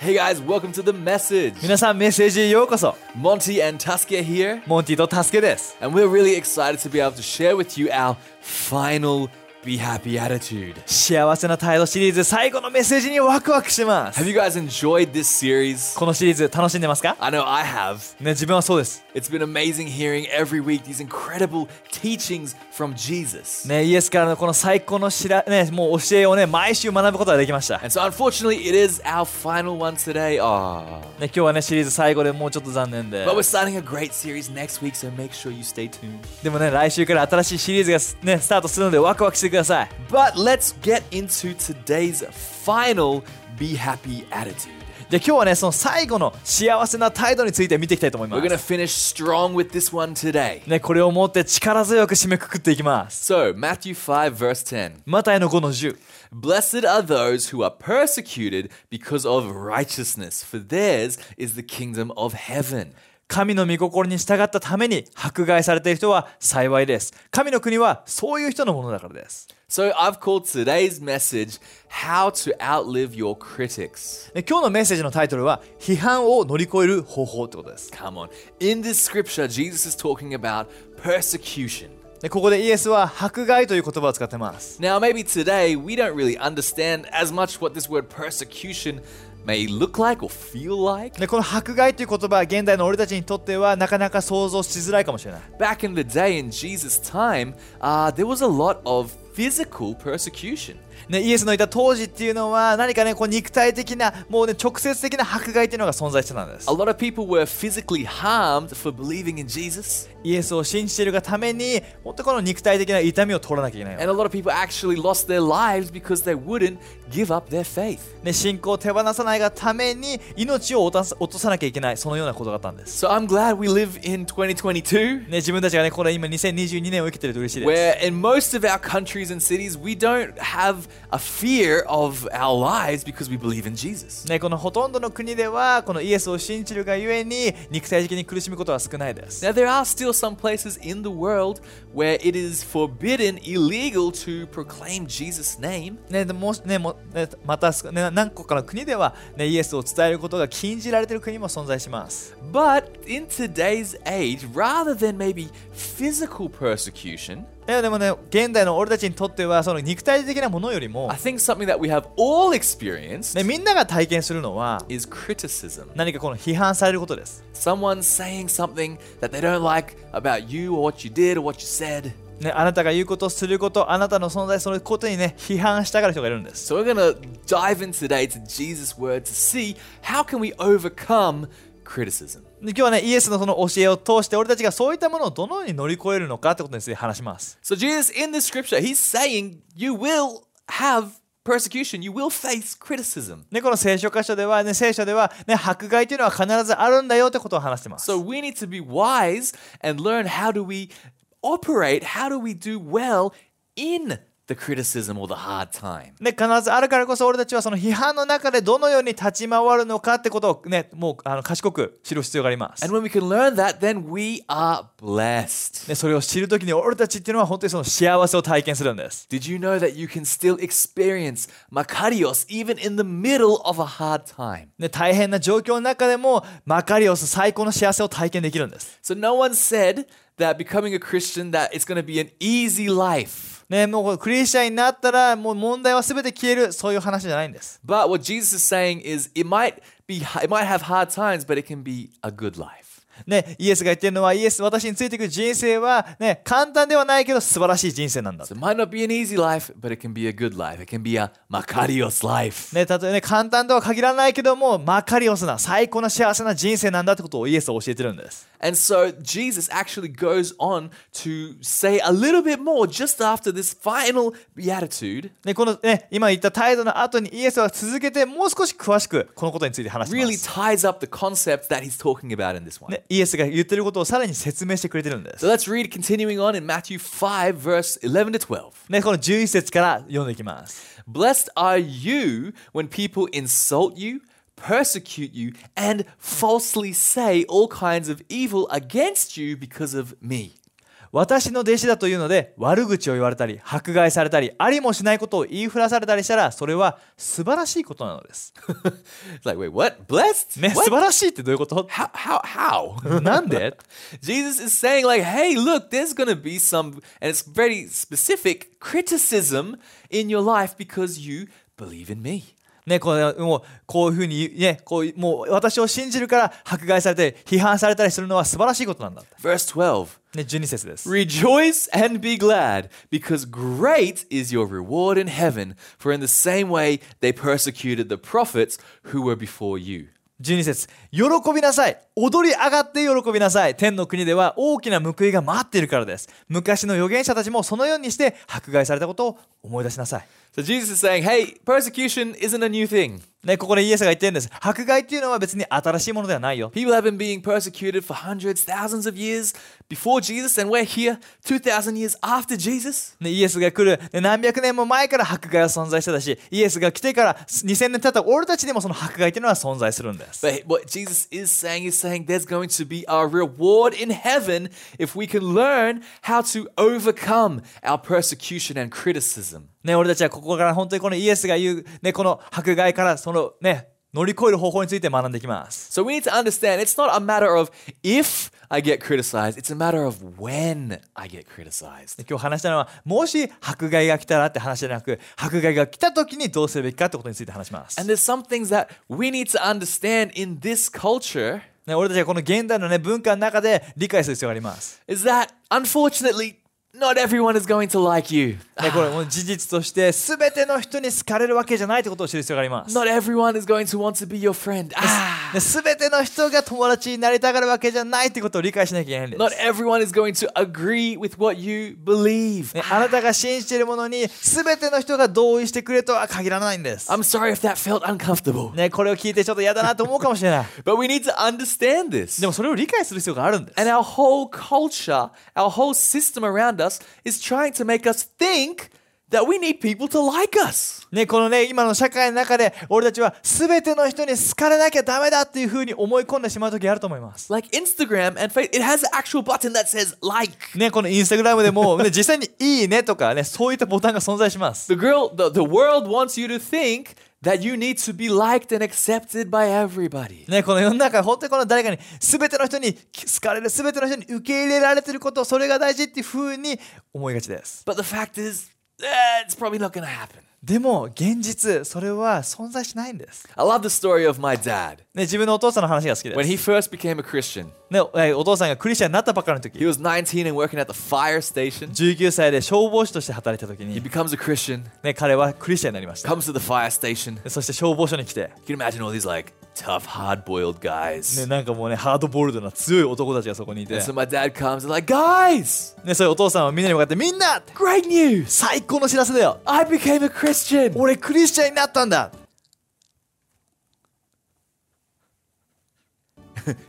Hey guys, welcome to the message. 皆さんメッセージへようこそ Monty and Taskia here, モンティと助けです and we're really excited to be able to share with you our final Be Happy attitude. 幸せな態度シリーズ最後のメッセージにワクワクしてます Have you guys enjoyed this series? このシリーズ楽しんでますか I know I have. ね、自分はそうです。 It's been amazing hearing every week these incredible teachings from Jesus. ね、イエスからのこの最高の知ら、ね、もう教えをね、毎週学ぶことができました。ね、 And so unfortunately, it is our final one today. Aww. 今日はね、シリーズ最後でもうちょっと残念で But。we're starting a great series next week, so make sure you stay tuned. でもね、来週から新しいシリーズがすね、スタートするのでワクワクしてください。 But let's get into today's final Be Happy attitude. で、今日はね、その最後の幸せな態度について見ていきたいと思いま We're going to す。 finish strong with this one today. ね、これを持って力強く締めくくっていきます。 So, Matthew 5, verse 10. マタイの5の10。 Blessed are those who are persecuted because of righteousness, for theirs is the kingdom of heaven. 神の御心に従ったために迫害されている人は幸いです。神の国はそういう人のものだからです。 So, I've called today's message How to Outlive Your Critics. で今日のメッセージのタイトルは批判を乗り越える方法ってことです。 Come on. In this scripture, Jesus is talking about persecution. でここでイエスは迫害という言葉を使ってます。 Now, maybe today we don't really understand as much what this word persecution may look like or feel like. でこの迫害という言葉は現代の俺たちにとってはなかなか想像しづらいかもしれない。 Back in the day in Jesus' time, uh, there was a lot of physical persecution. ね、イエスのいた当時っていうのは何かねこう肉体的なもうね直接的な迫害っていうのが存在してたんです A。lot of people were physically harmed for believing in Jesus, イエスを信じているがために本当この肉体的な痛みを取らなきゃいけないの and a lot of people actually lost their lives because they wouldn't give up their faith. ね、信仰を手放さないがために命を落とす落とさなきゃいけないそのようなことがあったんです、 So I'm glad we live in 2022. ね、自分たちがねこれ今2022年を生きてると嬉しいです Where in most of our countries and cities, we don't have a fear of our lives because we believe in Jesus. ね、このほとんどの国ではこのイエスを信じるがゆえに肉体的に苦しむことは少ないです、 Now, there are still some places in the world where it is forbidden, illegal to proclaim Jesus' name. ねでもしねもねまた、ね、何個かの国では、ね、イエスを伝えることが禁じられている国も存在します But in today's age, rather than maybe physical persecution, ねでもね現代の俺たちにとってはその肉体的なものよりも I、think something that we have all experienced ね、みんなが体験するのは is criticism. 何かこの批判されることです Someone saying something that they don't like about you or what you did or what you said. ね、あなたが言うこと、すること、あなたの存在、そのことにね、批判したがる人がいるんです。 So we're going to dive in today to Jesus' word to see how can we overcome criticism. で今日はね、イエスのその教えを通して、俺たちがそういったものをどのように乗り越えるのかってことについて話します。 So Jesus in the scripture, he's saying you will have persecution, you will face criticism. ね、この聖書箇所では、ね、聖書では、ね、迫害というのは必ずあるんだよってことを話してます。 So we need to be wise and learn how do we operate, how do we do well in the criticism or the hard time. ね、必ずあるからこそ、俺たちはその批判の中でどのように立ち回るのかってことをね、もうあの賢く知る必要があります And。when we can learn that, then we are blessed. ね、それを知るときに俺たちっていうのは本当にその幸せを体験するんです。 Did you know that you can still experience Makarios even in the middle of a hard time? ね、大変な状況の中でもマカリオス最高の幸せを体験できるんです。 So no one said that becoming a Christian that it's going to be an easy life. ね、もうこれクリスチャンになったらもう問題は全て消えるそういう話じゃないんです。 But what Jesus is saying is it might be it might have hard times, but it can be a good life. ね、イエスが言ってるのはイエス私についてくる人生は、ね、簡単ではないけど素晴らしい人生なんだ So。it might not be an easy life, but it can be a good life. It can be a Makarios life. ね、たとえね、簡単とは限らないけども、マカリオスな、最高の幸せな人生なんだってことをイエスは教えてるんです。 And so Jesus actually goes on to say a little bit more just after this final beatitude, ね、このね、今言った態度の後にイエスは続けて、もう少し詳しくこのことについて話して really ます。 ties up the concept that he's talking about in this one. ね、イエスが言ってることをさらに説明してくれてるんです So。let's read continuing on in Matthew 5, verse 11 to 12. ね、この11節から読んでいきます。 Blessed are you when people insult you, persecute you, and falsely say all kinds of evil against you because of me. 私の弟子だというので悪口を言われたり迫害されたりありもしないことを言いふらされたりしたらそれは素晴らしいことなのです。 It's like, wait, what? Blessed? ね、素 What? 晴らしいってどういうこと How? How? How? なんで Jesus is saying, like, hey, look, there's going to be some, and it's very specific criticism in your life because you believe in me. ね、こうもうこういうふうに、ね、こうもう私を信じるから迫害されたり批判されたりするのは素晴らしいことなんだって。 Verse 12ね、12節です。 Rejoice and be glad, because great is your reward in heaven, for in the same way they persecuted the prophets who were before you. 12節喜びなさい踊り上がって喜びなさい天の国では大きな報いが待っているからです昔の預言者たちもそのようにして迫害されたことを思い出しなさい So Jesus is saying, hey, persecution isn't a new thing. ね、ここでイエスが言ってるんです迫害っていうのは別に新しいものではないよ People have been being persecuted for hundreds, thousands of years before Jesus, and we're here 2,000 years after Jesus. ね、イエスが来る、ね、何百年も前から迫害は存在してたしイエスが来てから2000年経った俺たちでもその迫害っていうのは存在するんです But what Jesus is saying is saying there's going to be a reward in heaven if we can learn how to overcome our persecution and criticism. ね、俺たちはここから本当にこのイエスが言う、ね、この迫害からそのね乗り越える方法について学んでいきます So we need to understand it's not a matter of if I get criticized, it's a matter of when I get criticized. で今日話したのはもし迫害が来たらって話じゃなく迫害が来た時にどうするべきかってことについて話します And、there's some things that we need to understand in this culture ね、俺たちがこの現代の、ね、文化の中で理解する必要があります is that unfortunately, not everyone is going to like you. ね、これもう事実として全ての人に好かれるわけじゃないってことを知る必要があります、ね、 Not everyone is going to want to be your friend. Ah. 全ての人が友達になりたがるわけじゃないってことを理解しなきゃいけないんです Not everyone is going to agree with what you believe. ね、あなたが信じているものに全ての人が同意してくれとは限らないんです、 I'm sorry if that felt uncomfortable. ね、これを聞いてちょっと嫌だなと思うかもしれない But we need to understand this. でもそれを理解する必要があるんです And our whole culture, our whole system around us is trying to make us think that we need people to like us. ね、このね、今の社会の中で、俺たちは全ての人に好かれなきゃダメだっていう風に思い込んでしまう時あると思い ます。 Like Instagram and Facebook, it has an actual button that says like. ね、このインスタグラムでも、ね、実際にいいねとかね、そういったボタンが存在します。 The girl, the, the world wants you to think that you need to be liked and accepted by everybody. ね、この世の中、本当にこの誰かに、全ての人に好かれる、全ての人に受け入れられてること、それが大事っていう風に思いがちです。 But the fact is, eh, it's probably not going to happen. でも、現実、それは存在しないんです。 I love the story of my dad. ね、自分のお父さんの話が好きで When す。 he first became a Christian, ね、えお父さんがクリスチャンになったばっかりの he 時、 was 19 and working at the fire station. 19歳で消防士として働いた時 He に、 becomes a Christian, ね、彼はクリスチャンになりました。 comes to the fire station. そして消防署に来て、 You can imagine all these like tough, hard boiled ね、 guys. なんかもうね、ハードボールドな強い男たちがそこにいて、 And so my dad comes and like, guys, ね、そういうお父さんはみんなに向かって、みんな great news! 最高の知らせだよ I became a Christian! 俺クリスチャンになったんだ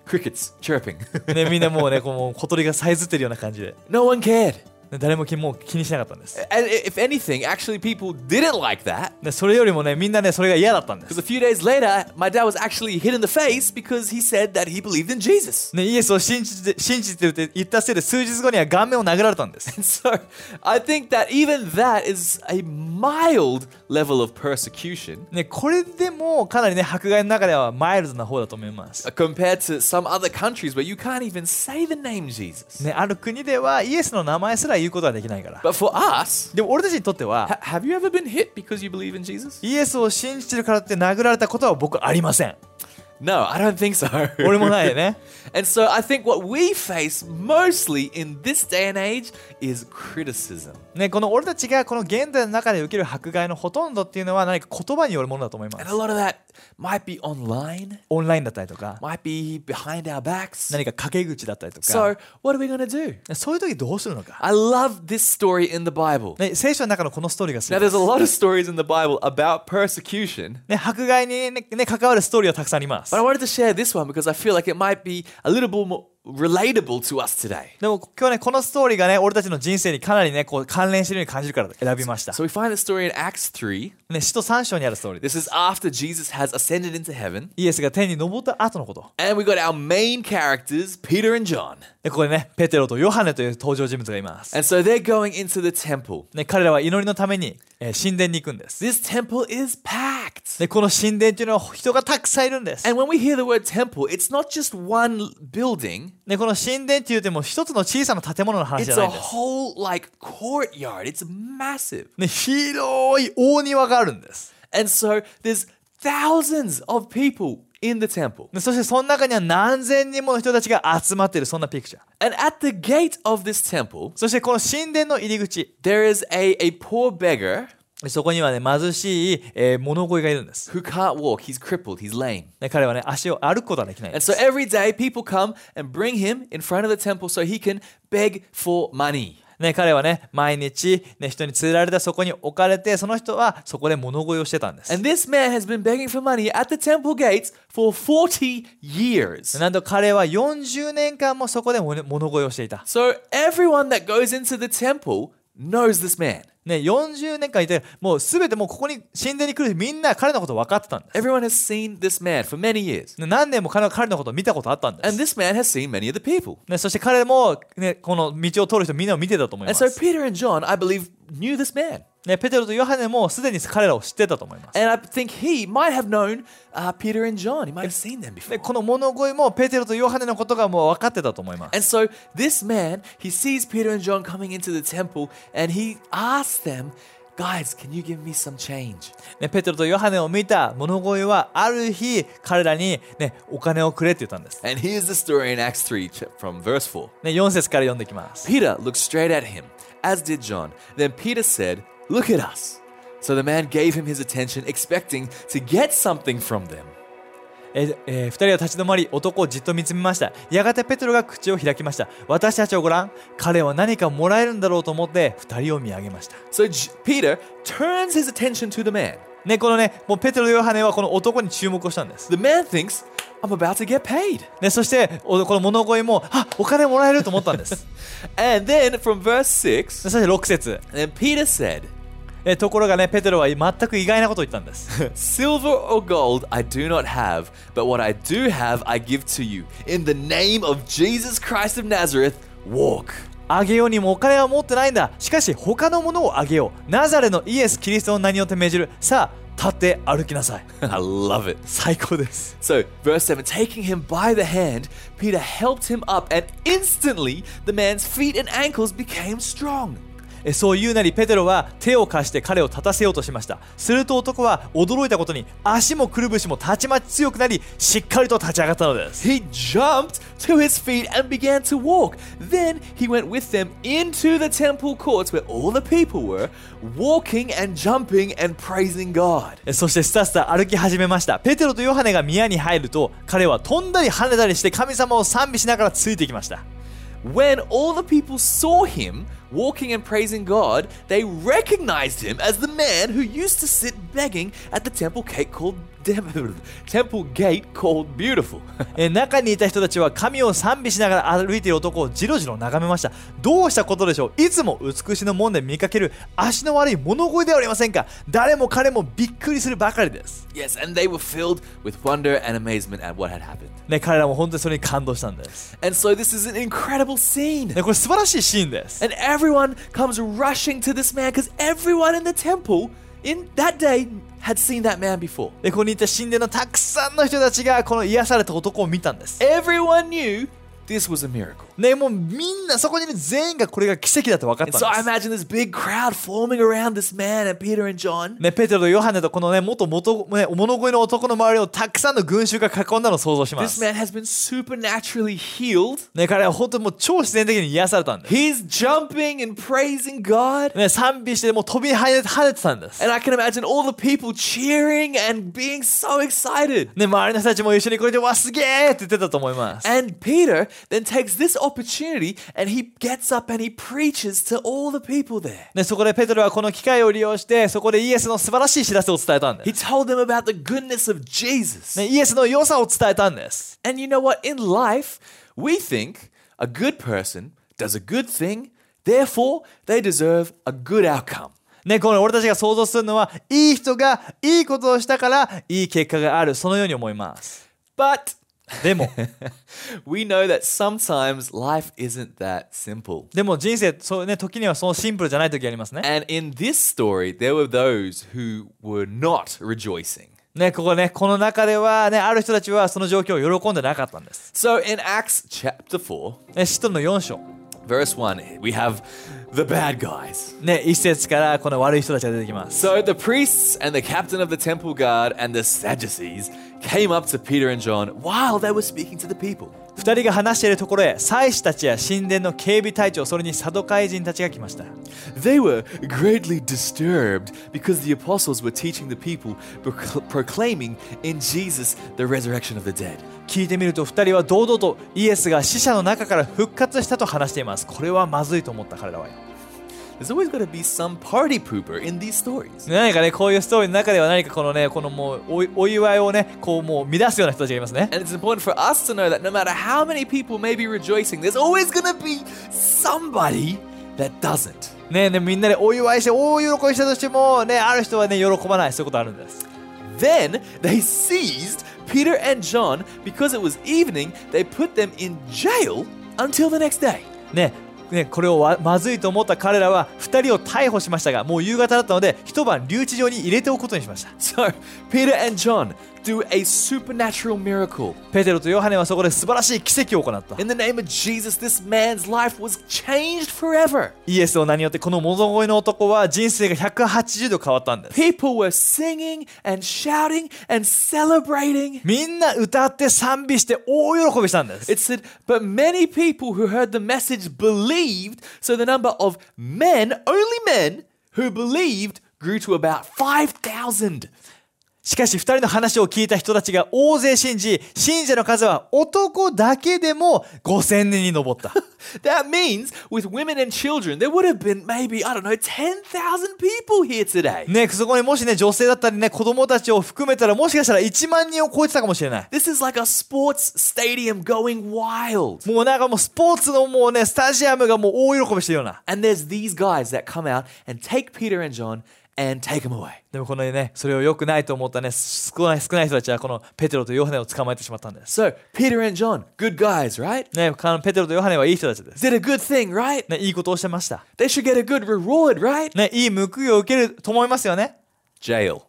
Crickets chirping. ね、みんなもうね、こうもう小鳥がさえずってるような感じで、 no one cared. ね、誰もきもう気にしなかったんです。 And i- if anything, actually, people didn't like that. ね、それよりもね、みんなね、それが嫌だったんで Because す。 a few days later, my dad was actually hit in the face because he said that he believed in Jesus. ね、イエスを信じて信じてるって言ったせいで数日後には顔面を殴られたんです。 And so I think that even that is a mild level of persecution ね、これでもかなりね、迫害の中ではマイルドな方だと思います。uh, compared to some other countries where you can't even say the name Jesus. ね、ある国ではイエスの名前すら言うことはできないから。 But for us, でも俺たちにとっては、 ha- have you ever been hit because you believe in Jesus? イエスを信じてるからって殴られたことは僕ありません。 No, I don't think so. 俺もないよね。 and so I think what we face mostly in this day and age is criticism. ね、この俺たちがこの現代の中で受ける迫害のほとんどっていうのは何か言葉によるものだと思いま And す a。lot of that might be online, オンラインだったりとか、 might be behind our backs. 何か陰口だったりとか So,、what are we going to do? そういう時どうするのか。 I love this story in the Bible. ね、聖書の中のこのストーリーがす Now, ごいで there's す a lot of stories in the Bible about persecution, ね、迫害にね、ね関わるストーリーはたくさんあります but I。wanted to share this one because I feel like it might be a little bit more, relatable to us today. でも今日ねこのストーリーがね俺たちの人生にかなりねこう関連してるように感じるから選びました So we find this story in Acts 3. ね使徒三章にあるストーリーです This is after Jesus has ascended into heaven. イエスが天に昇った後のこと And we got our main characters, Peter and John. でここでねペテロとヨハネという登場人物がいます And so they're going into the temple. ね彼らは祈りのために、えー神殿に行くんです This temple is packed. でこの神殿というのは人がたくさんいるんです And when we hear the word temple, it's not just one building, でこの神殿っていうても一つの小さな建物の話 it's じゃない a んです、 whole like courtyard. It's massive. ね、広い大庭があるんです And so there's thousands of people in the temple. でそしてその中には何千人もの人たちが集まっているそんなピクチャー And at the gate of this temple, そしてこの神殿の入り口 there is a, a poor beggar そこにはね貧しい、えー物乞いがいるんです、 who can't walk. He's crippled, he's lame. ね、彼はね足を歩くことはできないんで And す so every day people come and bring him in front of the temple so he can beg for money. ね、彼はね毎日、ね、人に連れられたそこに置かれてその人はそこで物乞いをしてたんです。 And this man has been begging for money at the temple gates for 40 years. なんと彼は40年間もそこで物物乞いをしていた、 So everyone that goes into the temple knows this man. ね、40年間いてもう全てもうここに神殿に来るみんな彼のこと分かってたんです、 Everyone has seen this man for many years. ね何年も彼は彼のことを見たことあったんで And this す、man has seen many of the people. ね、そして彼も、ね、この道を通る人みんなを見てたと思いま And so す、 Peter and John, I believe, knew this man. ね、ペテロとヨハネもすでに彼らを知ってたと思います And I think he might have known uh, Peter and John. He might have seen them before. でこの物乞いもペテロとヨハネのことがもう分かってたと思います And so this man, he sees Peter and John coming into the temple and he asks them, Guys, can you give me some change? ね、ペテロとヨハネを見た物乞いはある日彼らに、ね、お金をくれって言ったんです、 And here's the story in Acts 3 ch- from verse 4. ね、4節から読んでいきます Peter looked straight at him, as did John. Then Peter said, Look at us. So the man gave him his attention, expecting to get something from them. え、え2人は立ち止まり男をじっと見つめましたやがてペテロが口を開きました私たちをご覧彼は何かもらえるんだろうと思って2人を見上げました、 So J- Peter turns his attention to the man. ね、このねもうペテロとヨハネはこの男に注目をしたんです、 The man thinks, I'm about to get paid. ね、そしておこの物乞いもあお金もらえると思ったんです And then from verse 6, そして6節 then Peter said, えところがねペテロは全く意外なことを言ったんで す Silver or gold I do not have, but what I do have I give to you. In the name of Jesus Christ of Nazareth, walk. あげようにもお金は持ってないんだしかし他のものをあげようナザレのイエス・キリストの名によって命じるさあ立って歩きなさい I love it. 最高です So, verse 7 taking him by the hand, Peter helped him up, and instantly the man's feet and ankles became strong. えそう言うなりペテロは手を貸して彼を立たせようとしましたすると男は驚いたことに足もくるぶしもたちまち強くなりしっかりと立ち上がったのです He jumped to his feet and began to walk. Then he went with them into the temple courts where all the people were, walking and jumping and praising God. えそしてスタスタ歩き始めましたペテロとヨハネが宮に入ると彼は飛んだり跳ねたりして神様を賛美しながらついていきました When all the people saw him walking and praising God, they recognized him as the man who used to sit begging at the temple gate called temple gate called beautiful. えー中にいた人たちは神を賛美しながら歩いている男をじろじろ眺めましたどうしたことでしょういつも美しの門で見かける足の悪い物乞いではありませんか誰も彼もびっくりするばかりです、 yes, and they were filled with wonder and amazement at what had happened. ね、彼らも本当にそれに感動したんです、 And so this is an incredible scene. ね、これ素晴らしいシーンです、 And everyone comes rushing to this man because everyone in the temple in that day had seen that man before. ね、ここにいた神殿のたくさんの人たちがこの癒された男を見たんです、 Everyone knew this was a miracle. ね、もうみんなそこにいる全員がこれが奇跡だと分か And so ったん I です imagine this big crowd forming around this man and Peter and John. ね、ペテロとヨハネとこのね元元、ね、物乞いの男の周りをたくさんの群衆が囲んだのを想像しま This す man has been supernaturally healed. ね、彼は本当にもう超自然的に癒されたんです。 He's jumping and praising God. ね、賛美してもう飛び跳ね跳ねてたんです。 And I can imagine all the people cheering and being so excited. ね、周りの人たちも一緒にこれで、わ、すげえって言ってたと思います。 And Peter then takes this opportunity and he gets up and he preaches to all the people there. でそこでペトロはこの機会を利用してそこでイエスの素晴らしい知らせを伝えたんで He told them about the goodness of Jesus. す、ね、イエスの良さを伝えたんです And you know what? In life, we think a good person does a good thing, therefore, they deserve a good outcome. ね、この俺たちが想像するのは、いい人がいいことをしたから、いい結果がある、そのように思います。 But でも、 we know that sometimes life isn't that simple. でも人生、そうね、時にはそのシンプルじゃない時ありますね。 And in this story, there were those who were not rejoicing. ね、ここね、この中ではね、ある人たちはその状況を喜んでなかったんです。 So in Acts chapter 4, ね、使徒の4章。 verse 1, we have the bad guys. ね、一節からこの悪い人たちが出てきます。 So the priests and the captain of the temple guard and the Sadducees came up to Peter and John while they were speaking to the people. 二人が話しているところへ、祭司たちや神殿の警備隊長、それにサドカイ人たちが来ました。 They were greatly disturbed because the apostles were teaching the people, proc- proclaiming in Jesus the resurrection of the dead. 聞いてみると二人は堂々とイエスが死者の中から復活したと話しています。これはまずいと思った彼らは。 There's always got to be some party pooper in these stories. 何かね、こういうストーリーの中では何かこのね、このもうおお祝いをね、こうもう乱すような人たちがいますね。 And it's important for us to know that no matter how many people may be rejoicing, there's always going to be somebody that doesn't. ねえねえみんなでお祝いして大喜びしたとしても、ね、ある人はね、喜ばない、そういうことあるんです。 Then they seized Peter and John because it was evening, they put them in jail until the next day. ねえねえこれをわまずいと思った彼らは2人を逮捕しましたが、もう夕方だったので、一晩留置場に入れておくことにしました。 So Peter and John do a supernatural miracle. ペテロとヨハネはそこで素晴らしい奇跡を行った。 In the name of Jesus, this man's life was changed forever. イエスの名によってこの物乞いの男は人生が180度変わったんです。 People were singing and shouting and celebrating. みんな歌って賛美して大喜びしたんです。 It said, but many people who heard the message believed, so the number of men, only men, who believed grew to about 5,000. しかし二人の話を聞いた人たちが大勢信じ、信者の数は男だけでも5000人に上った。 That means with women and children, there would have been maybe, I don't know, 10,000 people here today. ね、そこにもしね、女性だったりね、子供たちを含めたらもしかしたら1万人を超えてたかもしれない。 This is like a sports stadium going wild. もうなんかもうスポーツのもうね、スタジアムがもう大喜びしてるような。 And there's these guys that come out and take Peter and John and take them away. でもこのね、それを良くないと思ったね、少ない少ない人たちはこのペテロとヨハネを捕まえてしまったんです。 So, Peter and John, good guys, right? ね、かペテロとヨハネはいい人たちです。 Did a good thing, right? ね、いいことをしてました。 They should get a good reward, right? ね、いい報いを受けると思いますよね。 Jail.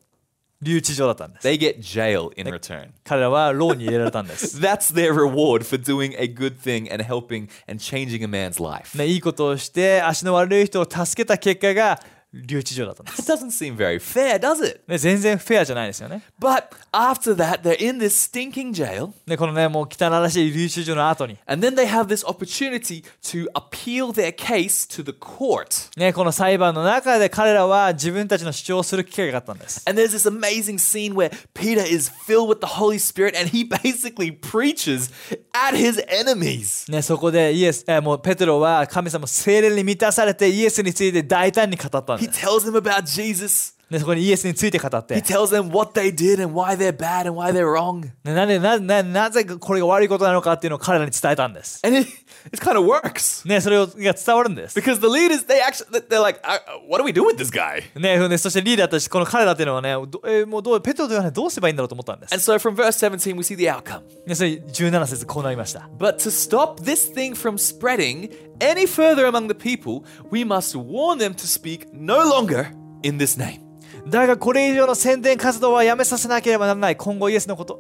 留置場だったんです。 They get jail in return. 彼らは牢に入れられたんです。 That's their reward for doing a good thing and helping and changing a man's life. ね、いいことをして足の悪い人を助けた結果が留置場だったんです、 That doesn't seem very fair, does it? ね、全然フェアじゃないですよね But after that, they're in this stinking jail, ねこのねもう汚らしい留置場の後に and then they have this opportunity to appeal their case to the court. ねこの裁判の中で彼らは自分たちの主張をする機会があったんです And there's this amazing scene where Peter is filled with the Holy Spirit and he basically preaches at his enemies. ね、そこでイエス、えーもうペテロは神様精霊に満たされてイエスについて大胆に語ったん He です、 tells them about Jesus. ね、そこにイエスについて語って、 He ね、 tells them what they did and why they're bad and why they're wrong. なぜなななぜこれが悪いことなのかっていうのを彼らに伝えたんです、 And it, it kind of works ね、それをが伝わるんです because the leaders, they actually, they're like, "Uh, uh, what do we do with this guy? ねそうねそしてリーダーとしてこの彼らっていうのはね、どえーもうどうペトロとヨハネどうすればいいんだろうと思ったんです And。so from verse 17, we see the outcome. ね、それ17節こうなりました。 But to stop this thing from spreading any further among the people, we must warn them to speak no longer in this name. だがこれ以上の宣伝活動はやめさせなければならない。今後イエスのこと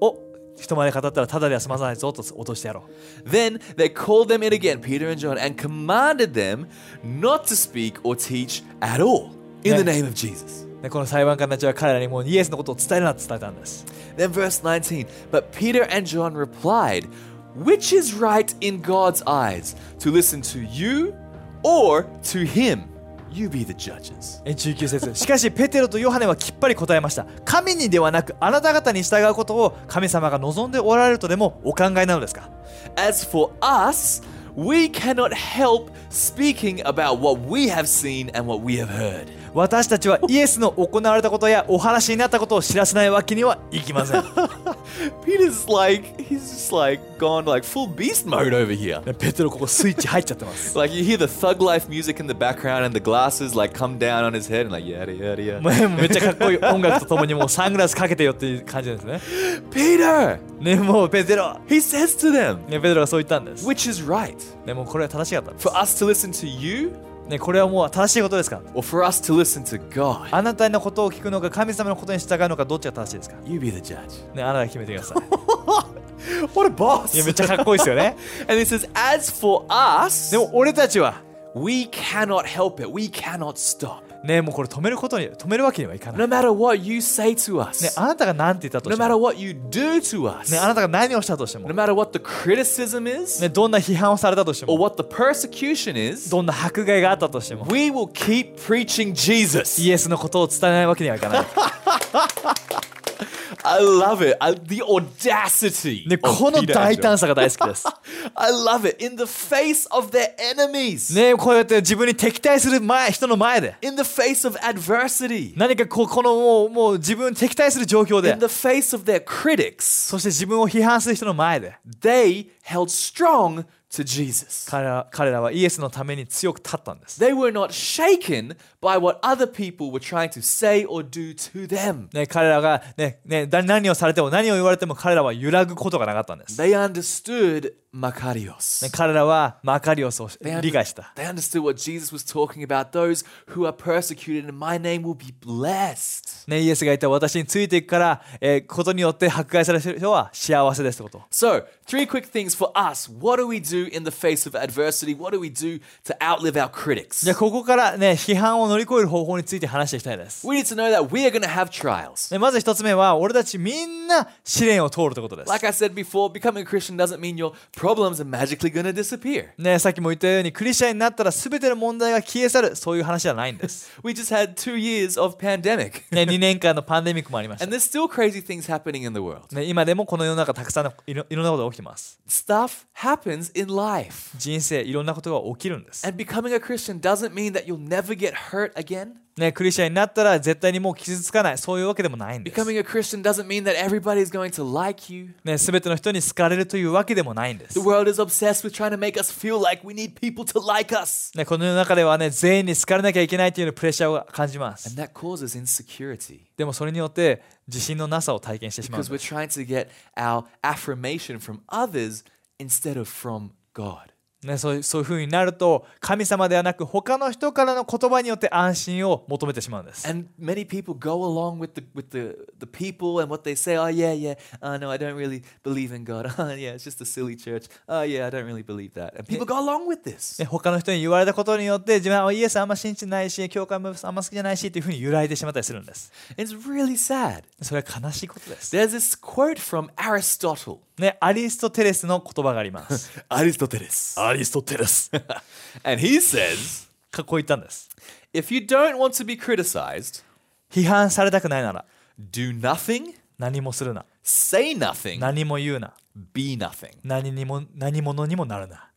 を人前で語ったらただでは済まさないぞと脅してやろ Then they called them in again, Peter and John, and commanded them not to speak or teach at all in the Yeah. name of Jesus. う。ね、この裁判官たちは彼らにもうイエスのことを伝えるなと伝えたんです。 Then, verse 19 But Peter and John replied, Which is right in God's eyes, to listen to you or to him? You be the judges. え19節しかしペテロとヨハネはきっぱり答えました神にではなくあなた方に従うことを神様が望んでおられるとでもお考えなのですか As for us, we cannot help speaking about what we have seen and what we have heard. 私たちはイエスの行われたことやお話になったことを知らせないわけにはいきません Peter's like, he's just like gone like full beast mode over here. ペテロここスイッチ入っちゃってます Like you hear the thug life music in the background and the glasses like come down on his head and like yada yada も yada. うめっちゃかっこいい音楽とともにもうサングラスかけてよっていう感じですね Peter, ねもうペテロ he says to them, ねペテロがそう言ったんです which is right ねもうこれは正しかったんです for us to listen to you ねこれはもう正しいことですか or for us to listen to God. あなたのことを聞くのか神様のことに従うのかどっちが正しいですか You be the judge. ねあなたが決めてください What a boss! いやめっちゃかっこいいです よね and he says, as for us, でも俺たちは we cannot help it. We cannot stop. ねもうこれ止めることに止めるわけにはいかない、 No ね、 matter what you say to us, あなたが何て言ったと no して matter も、 what you do to us, ね、あなたが何をしたとしても no、matter what the criticism is ね、どんな批判をされたとして or も what the persecution is, どんな迫害があったとしても we will keep preaching Jesus. イエスのことを伝えないわけにはいかない、 I love it. I, the audacity. ね、 of この Peter 大 and 胆さが大好きです John. I love it. In the face of their enemies, ねこうやって自分に敵対する前人の前で in the face of adversity, 何かこうこのもうもう自分に敵対する状況で in the face of their critics, そして自分を批判する人の前で they held strong to Jesus. 彼ら彼らはイエスのために強く立ったんです、 They were not shaken by what other people were trying to say or do to them. ね、彼らが、ねね、だ何をされても何を言われても彼らは揺らぐことがなかったんです、ね、 They understood Makarios. 彼らはマカリオスを理解した They understood what Jesus was talking about. Those who are persecuted in my name will be blessed. ね、イエスが言った私についていくから、えーことによって迫害されてる人は幸せですってこと。 So, three quick things for us. What do we do in the face of adversity? What do we do to outlive our critics? じゃあここからね、批判を乗り越える方法について話していきたいです。 We need to know that we are going to have trials. ねまず一つ目は、俺たちみんな試練を通るってことです。 Like I said before, becoming a Christian doesn't mean your problems are magically going to disappear. ね、さっきも言ったように、クリスチャンになったら全ての問題が消え去る、そういう話じゃないんです。 We just had two years of pandemic, ね、2年間のパンデミックもあり ました。 and there's still crazy things happening in the world. ね、今でもこの世の中たくさんのいろいろんなことが起きてます。 Stuff happens in life. 人生いろんなことが起きるんです。 And becoming a Christian doesn't mean that you'll never get hurt again. ね、クリスチャンになったら絶対にもう傷つかない、そういうわけでもないんです。 Becoming a Christian doesn't mean that everybody's going to like you. ね、全ての人に好かれるというわけでもないんです The。world is obsessed with trying to make us feel like we need people to like us. ね、この世の中ではね、全員に好かれなきゃいけないというプレッシャーを感じま And す。 that causes insecurity でもそれによって自信のなさを体験してしまうん because で we're す。 trying to get our affirmation from others instead of from God. ね、そういうそういう風になると、神様ではなく他の人からの言葉によって安心を求めてしまうんです。 And many people go along with the with the, the people and what they say. Oh yeah, yeah. Oh no, I don't really believe in God. Oh yeah, it's just a silly church. Oh yeah, I don't really believe that. And people go along with this. ね、他の人に言われたことによって自分はイエスあんま信じてないし、教会もあんま好きじゃないしという風に揺らいでしまったりするんです。 It's really sad. それは悲しいことです。 There's this quote from Aristotle. ね、アリストテレスの言葉があります。 Aristoteles. アリストテレス。 and he says, かっこう言ったんです。 if you don't want to be criticized, 批判されたくないなら do nothing, 何もするな。 say nothing, 何も言うな。 be nothing. 何にも何者にもなるな。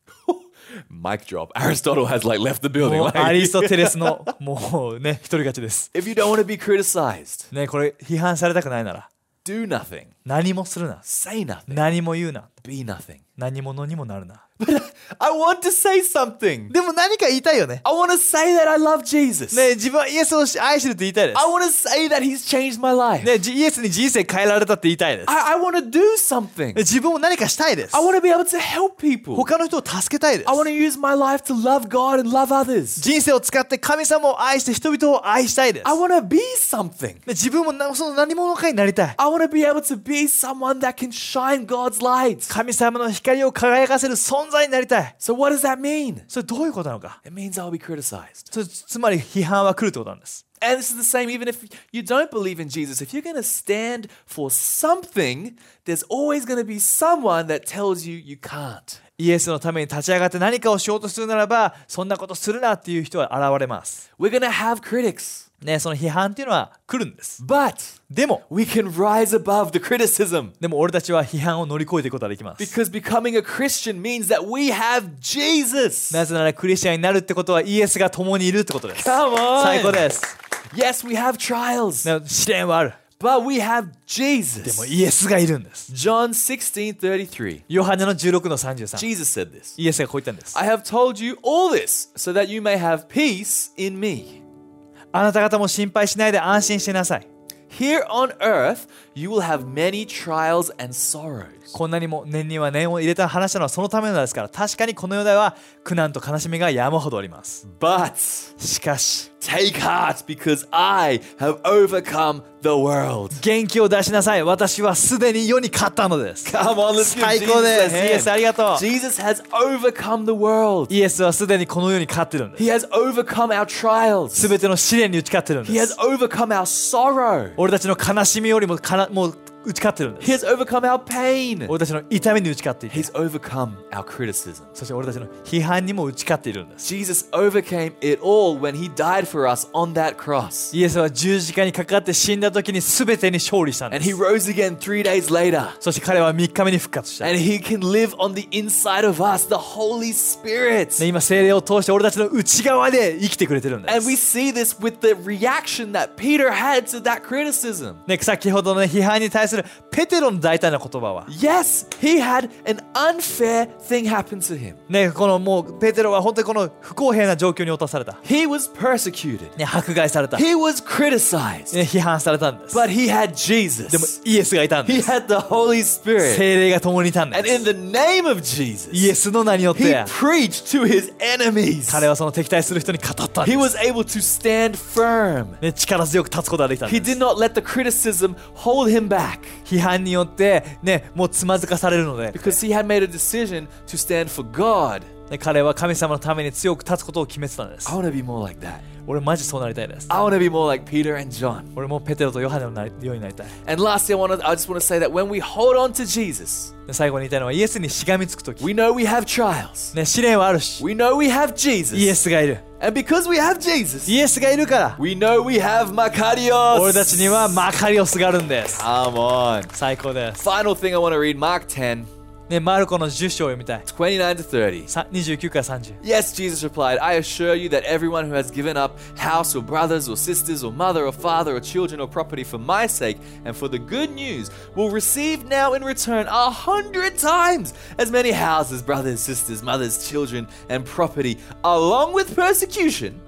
Mic drop. Aristotle has like left the building. もう like- アリストテレスのもうね独り勝ちです。 if you don't want to be criticized, ねこれ批判されたくないなら do nothing, 何もするな。 say nothing, 何も言うな。 be nothing. 何者にもなるな。 I want to say something. でも何か言いたいよね。 I want to say that I love Jesus. ね自分はイエスを愛してるって言いたいで I want to say that He's changed my life. す。ねじイエスに人生変えられたって言いたいです。ね I, I want to do something. 自分も何かしたいです I。want to be able to help people. 他の人を助けたいです I。want to use my life to love God and love others. 人生を使って神様を愛して人々を愛したいです。 I ね want to be something. 自分もなその何者かになりたい。 I want to be able to be someone that can shine God's light. 神様の光を輝かせる存在になりたい。 So, what does that mean? それどういうことなのか It means I'll be criticized. それつまり批判は来るってことなんです。 And this is the same even if you don't believe in Jesus. If you're going to stand for something, there's always going to be someone that tells you you can't. イエスのために立ち上がって何かをしようとするならばそんなことするなっていう人は現れます We're going to have critics, ねその批判っていうのは来るんです but でも we can rise above the criticism でも俺たちは批判を乗り越えていくことができます because becoming a Christian means that we have Jesus. なぜならクリスチャンになるってことはイエスが共にいるってことです Come on. 最高です Yes, we have trials, ね試練はある but we have でも Jesus. イエスがいるんです John 16 33. ヨハネの16の33 Jesus said this. イエスがこう言ったんです I have told you all this so that you may have peace in me. あなた方も心配しないで安心してなさい Here on earth, you will have many trials and sorrows. こんなにも念には念を入れた話したのはそのためなんですから確かにこの世代は苦難と悲しみが山ほどあります But しかし take heart because I have overcome the world. 元気を出しなさい私はすでに世に勝ったのです Come on, let's give 最 Jesus 高 a ですイエスあ hand. りがとう Jesus has overcome the world. イエスはすでにこの世に勝ってるんです He has overcome our trials. 全ての試練に打ち勝ってるん He で has す overcome our sorrow. 俺たちの悲しみよりもかなもう打ち勝ってるんで He す has overcome our pain. 俺たちの痛みに打ち勝っていて He's overcome our criticism. そして俺たちの批判にも打ち勝っているんです Jesus overcame it all when he died for us on that cross. イエスは十字架にかかって死んだ時に全てに勝利したんで And す he rose again three days later. そして彼は3日目に復活した And he can live on the inside of us, the Holy Spirit. ね、今精霊を通して俺たちの内側で生きてくれてるんで And we す。 see this with the reaction that Peter had to that criticism. ね、先ほどの批判に対するペテロの大胆な言葉は、 Yes, he had an unfair thing happen to him. ね、このもうペテロは本当にこの不公平な状況に落とされた、 He was persecuted. ね、迫害された、ね、 He was criticized. 批判されたんです。 But he had でも Jesus. イエスがいたん He です。 had the Holy Spirit. 精霊が共にいたん And in です。 the name of イ Jesus, エスの名によっ he て preached to his enemies. 彼はその敵対する人に語ったんで He す。 was able to stand firm. ね、力強く立つことができたん He で did す。not let the criticism hold him back 批判によって、ね、もうつまずかされるので、 because he had made a decision to stand for God. ね、彼は神様のために強く立つことを決めてたんです I。want to be more like that. 俺マジそうなりたいです。 I want to be more like Peter and John. 俺もペテロとヨハネのなりようになりたい。 And lastly, I, want to, I just want to say that when we hold on to Jesus, で最後に言いたいのはイエスにしがみつくとき、 we know we have trials. ね、試練はあるし We know we have イエ Jesus. スがいる And because we have Jesus, イエスがいるから we know we have Makarios. 俺たちにはマカリオスがあるんです Come on. 最高です、 Final thing I want to read Mark 10, ね、マルコの10章を読みたい29 to 30. さ29から30 Yes, Jesus replied, I assure you that everyone who has given up house or brothers or sisters or mother or father or children or property for my sake and for the good news will receive now in return a hundred times as many houses, brothers, sisters, mothers, children, and property, along with persecution.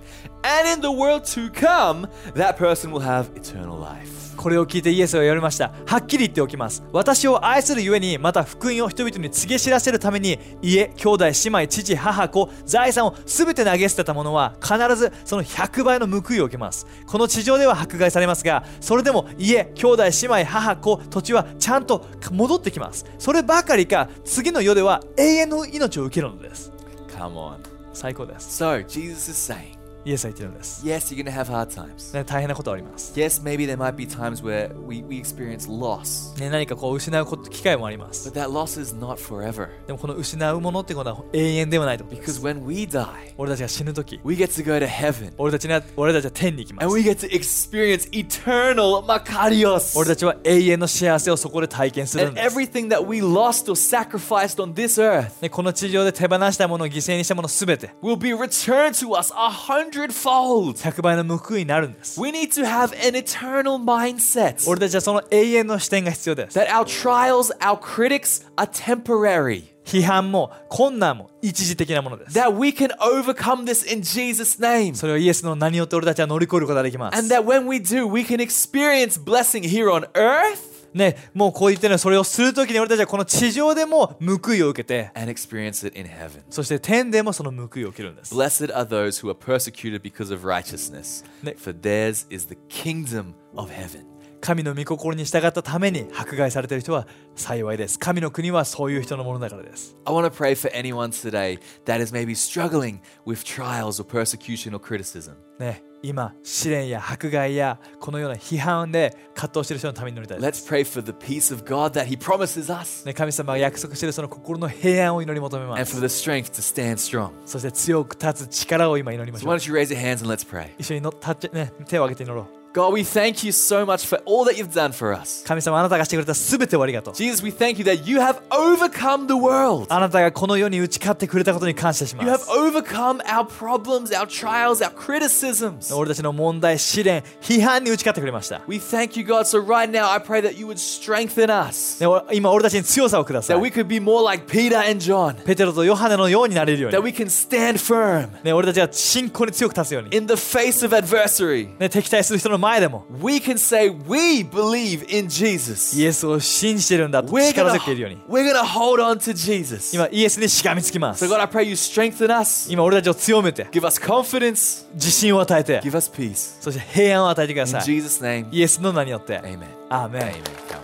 And in the world to come, that person will have eternal life. これを聞いてイエスは言われましたはっきり言っておきます私を愛するゆえにまた福音を人々に告げ知らせるために家兄弟姉妹父母子財産を全て投げ捨てた者は必ずその100倍の報いを受けますこの地上では迫害されますがそれでも家兄弟姉妹母子土地はちゃんと戻ってきますそればかりか次の世では永遠の命を受けるのです Come on. 最高です So, Jesus is saying, イエスは言ってるんです、 yes, you're going to have hard times. ね、大変なことはあります、 Yes, maybe there might be times where we, we experience loss. ね、何かこう失うこと機会もあります But that loss is not forever. でもこの失うものってことは永遠ではないということで Because す。 when we die, 俺たちが死ぬとき、 we get to go to heaven 俺たちには俺たちは天に行きま and we す。 get to experience eternal Makarios. 俺たちは永遠の幸せをそこで体験するん and です。 everything that we lost or sacrificed on this earth ね、この地上で手放したもの、犠牲にしたものすべて、 will be returned to us a hundredfold. 100倍の報いになるんです。 We need to have an eternal mindset 俺たちはその永遠の視点が必要です。 that our trials, our critics are temporary, 批判も困難も一時的なものです。 that we can overcome this in Jesus' name. それをイエスの名によって俺たちは乗り越えることができま And す。 that when we do, we can experience blessing here on earth ね、もうこう言ってるのはそれをするときに俺たちはこの地上でも報いを受けて、 and experience it in heaven. そして天でもその報いを受けるんです。 Blessed are those who are persecuted because of righteousness, Ne- for theirs is the kingdom of heaven. 神の御心に従ったために迫害されている人は幸いです神の国はそういう人のものだからです I want to pray for anyone today that is maybe struggling with trials or persecution or criticism. ね今試練や迫害やこのような批判で葛藤している人のために祈りたいです Let's pray for the peace of God that He promises us ね、神様が約束しているその心の平安を祈り求めま and for す the strength to stand strong. そして強く立つ力を今祈りまし So, why ょう don't you raise your hands and let's pray? 一緒にの立って、ね、手を挙げて祈ろう God, we thank you so much for all that you've done for us. 神様あなたがしてくれた全てをありがとう Jesus, we thank you that you have overcome the world. あなたがこの世に打ち勝ってくれたことに感謝しま You have す overcome our problems, our trials, our criticisms. 俺たちの問題試練批判に打ち勝ってくれました、 We thank you, God. So, right now, I pray that you would strengthen us, ね、お今俺たちに強さをくださ that we い could be more like Peter and John, ペテロとヨハネのようになれるよう that に、 we can stand firm ね、俺たちが信仰に強く立つように、 in the face of adversary. ね、敵対する人の前でも We can say, We believe in Jesus. イエスを信じてるんだと We're 力 gonna, づけているように we're gonna hold on to Jesus. 今イエスにしがみつきます So God, I pray you strengthen us, 今俺たちを強めて give us confidence, 自信を与えて give us peace. そして平安を与えてくだ In さい Jesus' name, イエスの名によって Amen. アーメン Amen. Come on.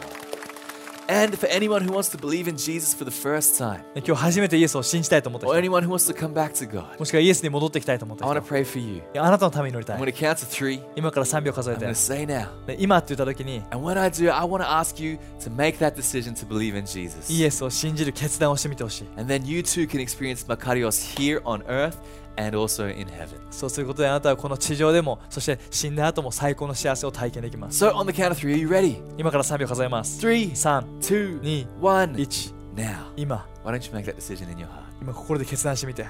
And for anyone who wants to believe in Jesus for the first time, ね今日初めてイエスを信じたいと思った or 人 anyone who wants to come back to God, もしくはイエスに戻ってきたいと思った I want 人 to pray for you. いやあなたのために祈りた I'm い going to count to three. 今から3秒数え I'm て going to say now. で今って言った時に And when I do, I want to ask you to make that decision to believe in Jesus. イエスを信じる決断をしてみてほしい And then you too can experience Makarios here on earth and also in heaven. そうすることであなたはこの地上でもそして死んだ後も最高の幸せを体験できます So on the count of three, are you ready? 今から3秒数えます3 3 two, Ni- one. 1 Now, 今 why don't you make that decision in your heart? 今心で決断してみて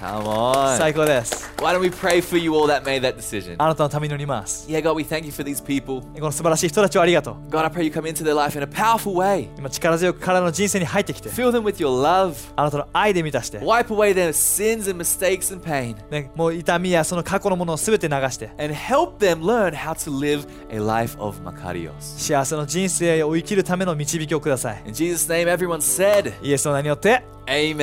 Come on. 最高です Why don't we pray for you all that made that decision? あなたのために祈ります Yeah, God, we thank you for these people. この素晴らしい人たちをありがとう God, I pray you come into their life in a powerful way. 今力強く彼らの人生に入ってきて Fill them with your love. あなたの愛で満たして、 Wipe away their sins and mistakes and pain. ね、もう痛みやその過去のものを全て流して And help them learn how to live a life of Makarios. 幸せの人生を生きるための導きをください In Jesus' name, everyone said, イエスの名によって Amen.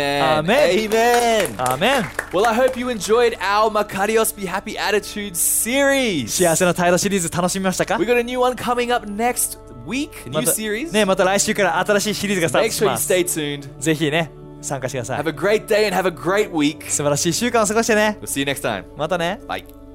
Amen. Ah. Amen. アーメン Well, I hope you enjoyed our Makarios Be Happy Attitude series. 幸せの態度シリーズ楽しみましたか We got a new one coming up next week, new また series. ね、また来週から新しいシリーズがスタート Make し sure ま you す stay tuned. ぜひね参加してください Have a great day and have a great week. 素晴らしい1週間を過ごしてね We'll see you next time. またね Bye.